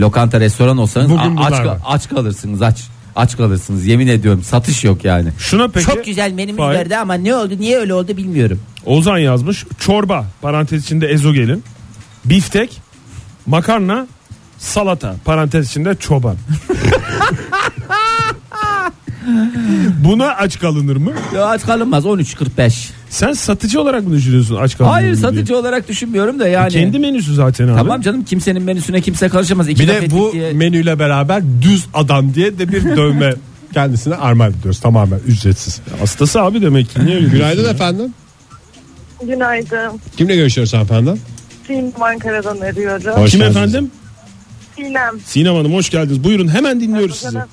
lokanta restoran olsanız Bugün a- bunlar aç, var. aç kalırsınız aç. Aç kalırsınız yemin ediyorum satış yok yani. Şuna peki güzel menümüz Fahir. ama ne oldu niye öyle oldu bilmiyorum. Ozan yazmış çorba parantez içinde ezogelin, biftek, makarna, salata parantez içinde çoban. Buna aç kalınır mı? Ya aç kalınmaz 13.45. Sen satıcı olarak mı düşünüyorsun aç kalınır Hayır Hmm, mı diye? satıcı olarak düşünmüyorum da yani. Kendi menüsü zaten abi. Tamam canım kimsenin menüsüne kimse karışamaz. İki Bir laf de ettik bu diye- menüyle beraber düz adam diye de bir dövme kendisine armağan ediyoruz tamamen ücretsiz. Hastası abi demek ki. Niye öyle diyorsun Günaydın ya? efendim. Günaydın. Kimle görüşüyoruz efendim? Sinem Ankara'dan arıyorum. Hoş Kim geldiniz. efendim? Sinem. Sinem Hanım hoş geldiniz. Buyurun hemen dinliyoruz sizi. Hocam,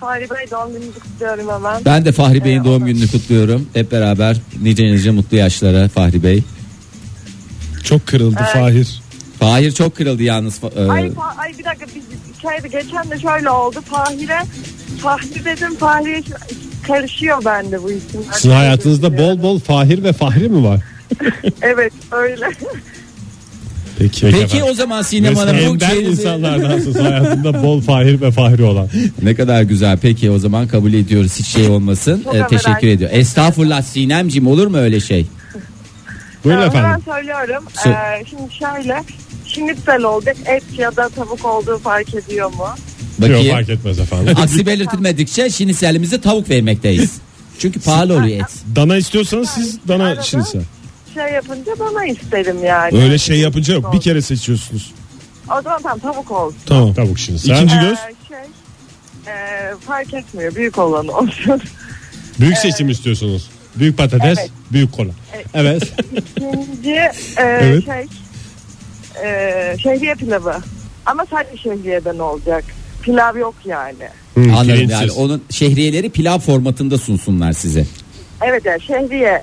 Fahri Bey doğum gününüzü kutluyorum hemen. Ben de Fahri Bey'in Ee, doğum o- gününü kutluyorum. Hep beraber nice nice mutlu yaşlara Fahri Bey. Çok kırıldı Fahir. Fahir çok kırıldı yalnız. Fa- e, Ay, fa- ay bir dakika biz hikayede geçen de şöyle oldu. Fahire Fahri dedim Fahriye karışıyor bende bu isim. Sizin hayatınızda bol bol Fahir ve Fahri mi var? Evet öyle. Peki. Peki o zaman Sinem Hanım şey- bu Ender şeyinizi- insanlardansınız hayatında bol Fahir ve Fahri olan. Ne kadar güzel. Peki o zaman kabul ediyoruz. Hiç şey olmasın. Çok E, affedersiniz. teşekkür ediyor. Estağfurullah Sinemcim olur mu öyle şey? Buyurun Ya, efendim. Hemen söylüyorum. Sö- Ee, şimdi şöyle. Şinitsel olacak et ya da tavuk olduğu fark ediyor mu? Yok Bakayım. fark etmez efendim. Aksi belirtilmedikçe şiniselimize tavuk vermekteyiz. Çünkü pahalı oluyor et. Dana istiyorsanız siz dana Arada- şinse. Şey yapınca bana isterim yani. Öyle şey yapınca yok. Bir kere seçiyorsunuz. O zaman tamam tavuk olsun. Tamam. Tavuk şimdi sen. İkinci Ee, göz. şey, ee, fark etmiyor. Büyük olan olsun. Büyük seçim istiyorsunuz. Büyük patates, Evet. büyük kola. Evet. İkinci e, Evet. şey e, şehriye pilavı. Ama sadece şehriyeden olacak. Pilav yok yani. Hı, Anladım pirinçsiz. yani. Onun şehriyeleri pilav formatında sunsunlar size. Evet yani şehriye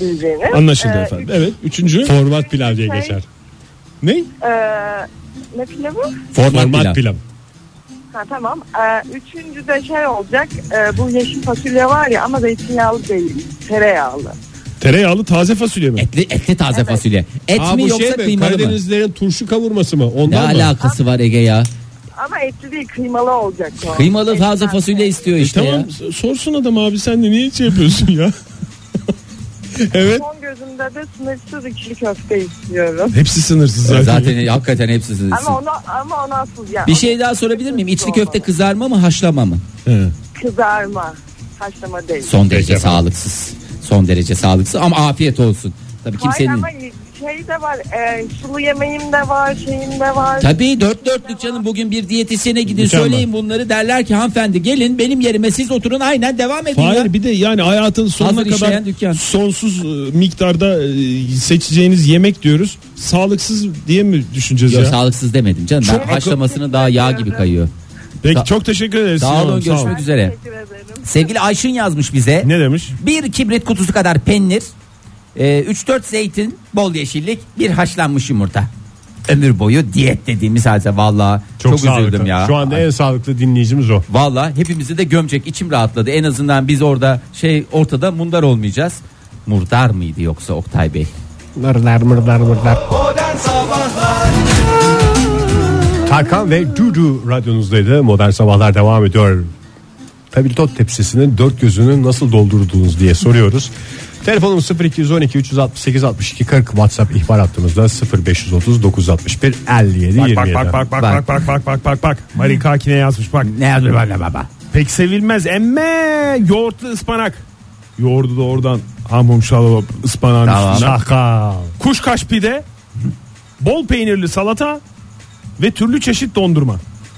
bildiğiniz. Anlaşıldı Ee, efendim. Evet. Üçüncü. Format pilav diye geçer. Ne? e, ne pilavı? Format, Format pilav. pilav. Ha, tamam. E, üçüncü de şey olacak. E, bu yeşil fasulye var ya ama zeytinyağlı değil. Tereyağlı. Tereyağlı taze fasulye mi? Etli, etli taze fasulye. Et Aa, mi bu yoksa şey mi? kıymalı mı? Karadenizlerin turşu kavurması mı? Ne Ondan mı? alakası var Ege ya? Ama etli değil kıymalı olacak. o. Kıymalı taze Etten- fasulye E, istiyor işte ya. E, Tamam s- sorsun adam abi sen de niye şey yapıyorsun ya? evet. Son gözümde de sınırsız ikili köfte istiyorum. Hepsi sınırsız Zaten, hakikaten hepsi Ama onu ama onu asıl yani. Bir şey daha sorabilir miyim? İçli köfte kızarma mı haşlama mı? kızarma. Haşlama değil. Son derece sağlıksız. Son derece sağlıksız ama afiyet olsun. Tabii Hayır kimsenin... ama şey de var. E, sulu yemeğim de var, şeyim de var. Tabii dört dörtlük canım bugün bir diyetisyene gidin Mükemmel. söyleyin bunları derler ki hanımefendi gelin benim yerime siz oturun aynen devam edin ya. Hayır bir de yani hayatın sonuna Hazır işleyen kadar dükkan. sonsuz e, miktarda e, seçeceğiniz yemek diyoruz. Sağlıksız diye mi düşüneceğiz Yok, ya? sağlıksız demedim canım. Ben Çok- haşlamasını daha yağ gibi kayıyor. Peki Sa- çok teşekkür ederiz. Sağ Sinan olun, Hanım, sağ görüşmek olun. üzere. Teşekkür ederim. Sevgili Ayşın yazmış bize. Ne demiş? Bir kibrit kutusu kadar peynir, 3-4 zeytin, bol yeşillik, bir haşlanmış yumurta. Ömür boyu diyet dediğimiz halde valla çok, sağlıklı. üzüldüm ya. Şu anda en sağlıklı dinleyicimiz o. Valla hepimizi de gömecek içim rahatladı. En azından biz orada şey ortada mundar olmayacağız. Murdar mıydı yoksa Oktay Bey? Mırlar mırlar mırlar. Modern Sabahlar Tarkan ve Dudu radyonuzdaydı. Modern Sabahlar devam ediyor. Tabildot tepsisinin dört gözünü nasıl doldurduğunuz diye soruyoruz. Telefonumuz 0212 368 62 40 WhatsApp ihbar hattımızda 0530 961 57 Bak 27. bak bak bak bak bak bak bak bak bak bak. Marika kine yazmış bak. Ne yazıyor bana baba? Pek sevilmez emme yoğurtlu ıspanak. Yoğurdu da oradan hamum şalop ıspanağın Tamam. üstüne. Şaka. Kuşkaş pide, bol peynirli salata ve türlü çeşit dondurma.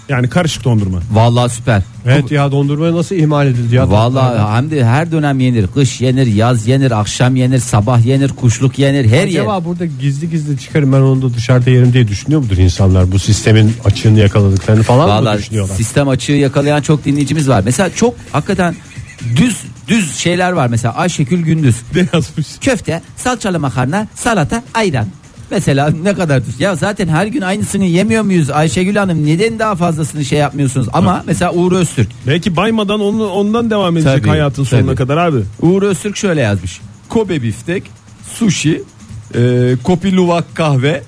Yani karışık dondurma. Valla süper. Evet ya dondurma nasıl ihmal edildi ya? Valla hem de her dönem yenir. Kış yenir, yaz yenir, akşam yenir, sabah yenir, kuşluk yenir, her yer. Acaba burada gizli gizli çıkarım ben onu da dışarıda yerim diye düşünüyor mudur insanlar? Bu sistemin açığını yakaladıklarını falan mı Valla düşünüyorlar? sistem açığı yakalayan çok dinleyicimiz var. Mesela çok hakikaten düz düz şeyler var. Mesela Ayşekül Gündüz. Ne yazmış? Köfte, salçalı makarna, salata, ayran. Mesela ne kadar düz. Ya zaten her gün aynısını yemiyor muyuz Ayşegül Hanım? Neden daha fazlasını şey yapmıyorsunuz? Ama mesela Uğur Öztürk. Belki baymadan onu, ondan devam edecek Tabii, hayatın sonuna tabii. kadar abi. Uğur Öztürk şöyle yazmış. Kobe biftek, sushi, e, kopi luwak kahve,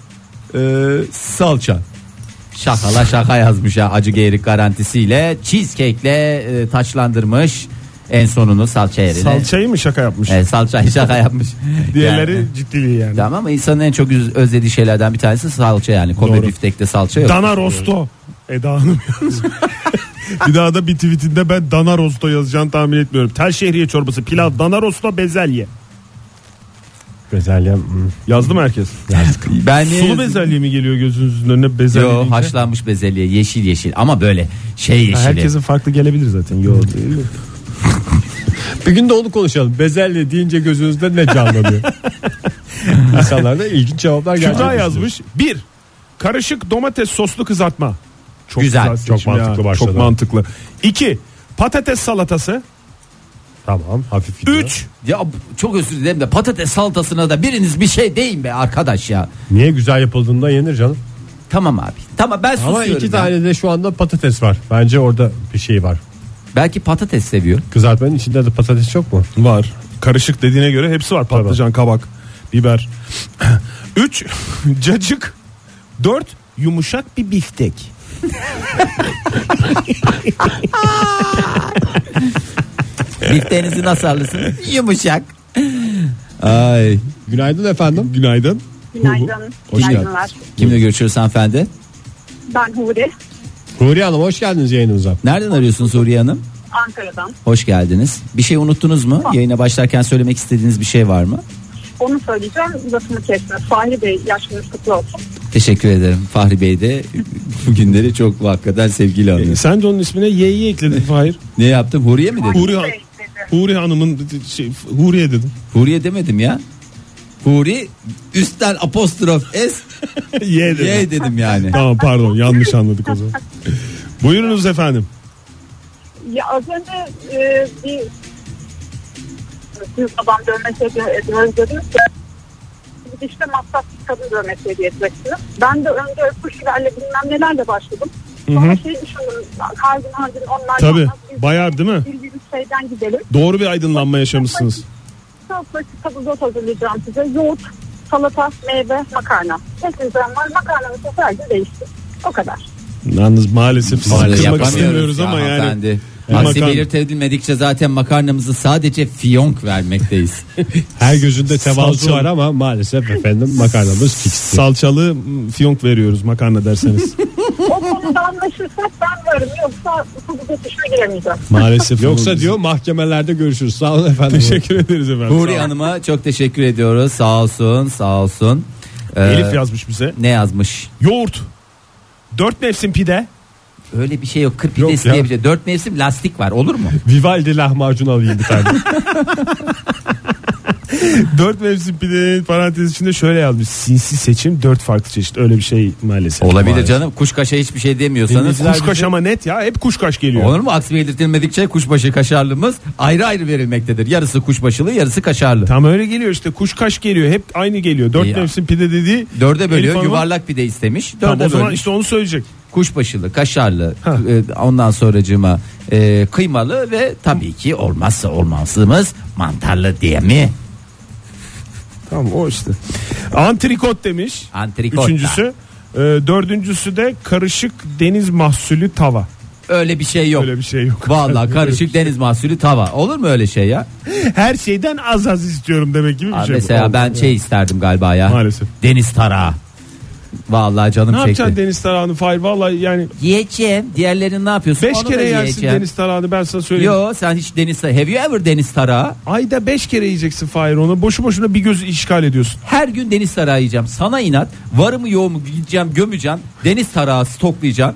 e, salça. Şakala şaka yazmış ya acı geyrik garantisiyle cheesecake'le e, taçlandırmış en sonunu salça yerine. Salçayı mı şaka yapmış? E, salçayı şaka yapmış. Diğerleri Yani- ciddiliği yani. Tamam ama insanın en çok üz- özlediği şeylerden bir tanesi salça yani. Kobe Doğru. biftekte salça yok. Dana Rosto. Eda Hanım yazmış. Bir daha da bir tweetinde ben Dana Rosto yazacağını tahmin etmiyorum. Tel şehriye çorbası, pilav, Dana Rosto, bezelye. Bezelye. hmm. Yazdı mı herkes? Ben niye Sulu bezelye mi geliyor gözünüzün önüne bezelye? Yo, deyince? haşlanmış bezelye yeşil yeşil ama böyle şey yeşili. Herkesin farklı gelebilir zaten. Yo, değil mi? Hmm. Bir gün de onu konuşalım. Bezelye deyince gözünüzde ne canlanıyor? İnsanlarda ilginç cevaplar geldi. Kübra yazmış. Bir, karışık domates soslu kızartma. Çok Güzel. seçim Çok mantıklı ya, başladı. Çok mantıklı. İki, patates salatası. Tamam hafif gidiyor. Üç, Ya bu- çok özür dilerim de patates salatasına da biriniz bir şey deyin be arkadaş ya. Niye güzel yapıldığında yenir canım. Tamam abi. Tamam Ama ben susuyorum. iki ya. tane de şu anda patates var. Bence orada bir şey var. Belki patates seviyor. Kızartmanın içinde de patates yok mu? Var. Karışık dediğine göre hepsi var. Patlıcan, kabak, biber. 3 cacık. 4 yumuşak bir biftek. Bifteğinizi nasıl alırsınız? Yumuşak. Ay. Günaydın efendim. Günaydın. Günaydın. Hoş geldin. Günaydınlar. Kimle görüşüyoruz hanımefendi? Ben Huri. Huriye Hanım hoş geldiniz yayınımıza. Nereden arıyorsunuz Huriye Hanım? Ankara'dan. Hoş geldiniz. Bir şey unuttunuz mu? Yayına başlarken söylemek istediğiniz bir şey var mı? Onu söyleyeceğim. Lafını kesme. Fahri Bey yaşınız kutlu olsun. Teşekkür ederim. Fahri Bey de bugünleri çok hakikaten sevgili anıyor. Sen de onun ismine Y'yi ekledin Fahir. Ne yaptım? Huriye mi dedim? Huri, Han- Bey dedi. Huri Hanım'ın şey, Huriye dedim. Huriye demedim ya. Huri üstten apostrof S Y dedim. Y dedim yani. Tamam pardon yanlış anladık o zaman. Buyurunuz efendim. Ya az önce e, bir siz adam dövmesi ediyoruz dediniz ya. İşte masrafsız kadın dövmesi hediye etmektiniz. Ben de önce öpüşlerle bilmem nelerle başladım. Sonra şey düşündüm. Kalbim harcım onlar. Tabii, bayar değil mi? Bildiğimiz şeyden gidelim. Doğru bir aydınlanma yaşamışsınız. Sofra kabızot hazırlayacağım size. Yoğurt, salata, meyve, makarna. Hepinizden var. Makarnanın sosu her gün değişti. O kadar. Yalnız maalesef sizi Vallahi kırmak yapamıyoruz istemiyoruz ya ama yani. hanımefendi. Yani Aksi makarna- belirtilmedikçe zaten makarnamızı sadece fiyonk vermekteyiz. Her gözünde tevazu Salçalı. var ama maalesef efendim makarnamız fix. Salçalı mm, fiyonk veriyoruz makarna derseniz. O konuda anlaşırsak ben varım. Yoksa kabızot işine şey giremeyeceğim. Maalesef. Yoksa diyor mahkemelerde görüşürüz. Sağ olun efendim. Teşekkür ederiz efendim. Huri Sağ olun. Hanım'a çok teşekkür ediyoruz. Sağ olsun, sağ olsun. Ee, Elif yazmış bize. ne yazmış? Yoğurt. Dört mevsim pide. Öyle bir şey yok. Kır Yok pidesi ya. diye bir şey. Dört mevsim lastik var olur E, mu? Vivaldi lahmacun alayım bir tane. Dört mevsim pidenin parantez içinde şöyle yazmış. Sinsi seçim dört farklı çeşit. Öyle bir şey maalesef. Olabilir Maalesef. canım. Kuşkaşa hiçbir şey demiyorsanız. Kuşkaş ama net ya. Hep kuşkaş geliyor. Olur mu? Aksi belirtilmedikçe kuşbaşı kaşarlımız ayrı ayrı verilmektedir. Yarısı kuşbaşılı, yarısı kaşarlı. Tam öyle geliyor işte. Kuşkaş geliyor. Hep aynı geliyor. Dört Ya. mevsim pide dediği. Dörde bölüyor. Elif Hanım- Yuvarlak pide istemiş. Dörde Tamam, o zaman bölmüş. işte onu söyleyecek. kuşbaşılı, kaşarlı, e, ondan sonracığıma e, kıymalı ve tabii ki olmazsa olmazımız mantarlı diye mi? Tamam o işte. Antrikot demiş. Antrikot da. Üçüncüsü. Ee, dördüncüsü de karışık deniz mahsulü tava. Öyle bir şey yok. Öyle bir şey yok. şey Vallahi karışık deniz mahsulü tava. Olur mu öyle şey ya? Her şeyden az az istiyorum demek gibi bir Aa, şey. bu. mesela ben şey isterdim galiba ya. Maalesef. Deniz tarağı. Vallahi canım Ne yapacaksın çekti. deniz tarağını Fahir? Vallahi yani Yiyeceğim. Diğerlerini ne yapıyorsun? beş Onu kere da yersin yiyeceğim. deniz tarağını ben sana söyleyeyim. Yo sen hiç deniz tarağı. Have you ever deniz tarağı? Ayda beş kere yiyeceksin Fahir onu. Boşu boşuna bir gözü işgal ediyorsun. Her gün deniz tarağı yiyeceğim. Sana inat. Varımı yoğumu gideceğim gömeceğim. Deniz tarağı stoklayacağım.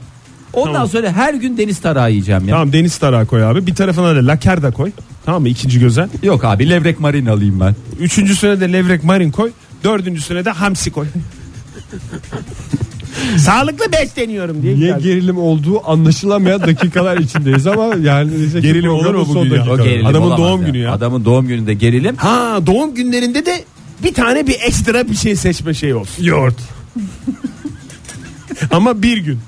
Ondan Tamam. sonra her gün deniz tarağı yiyeceğim ya. Tamam deniz tarağı koy abi. Bir tarafına da laker de koy. Tamam mı? İkinci göze. Yok abi levrek marin alayım ben. Üçüncüsüne de levrek marin koy. Dördüncüsüne de hamsi koy. Sağlıklı besleniyorum diye. Niye geldi. gerilim olduğu anlaşılamayan dakikalar içindeyiz ama yani diyecek ki Gerilim olur mu programın son bugün ya? dakikaları. O gerilim Adamın olamaz doğum ya. günü ya. Adamın doğum gününde gerilim. Ha doğum günlerinde de bir tane bir ekstra bir şey seçme şey olsun. Yoğurt. Ama bir gün.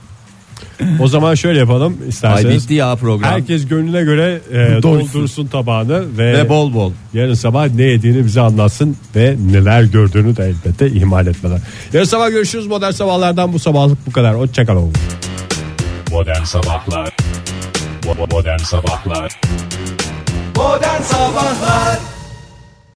O zaman şöyle yapalım Ay isterseniz. bitti ya program. Herkes gönlüne göre e, Doysun. doldursun tabağını ve, Ve bol bol. yarın sabah ne yediğini bize anlatsın ve neler gördüğünü de elbette ihmal etmeden. Yarın sabah görüşürüz modern sabahlardan bu sabahlık bu kadar. Hoşçakalın. Modern Sabahlar Bo- bo- Modern Sabahlar Oh, Modern Sabahlar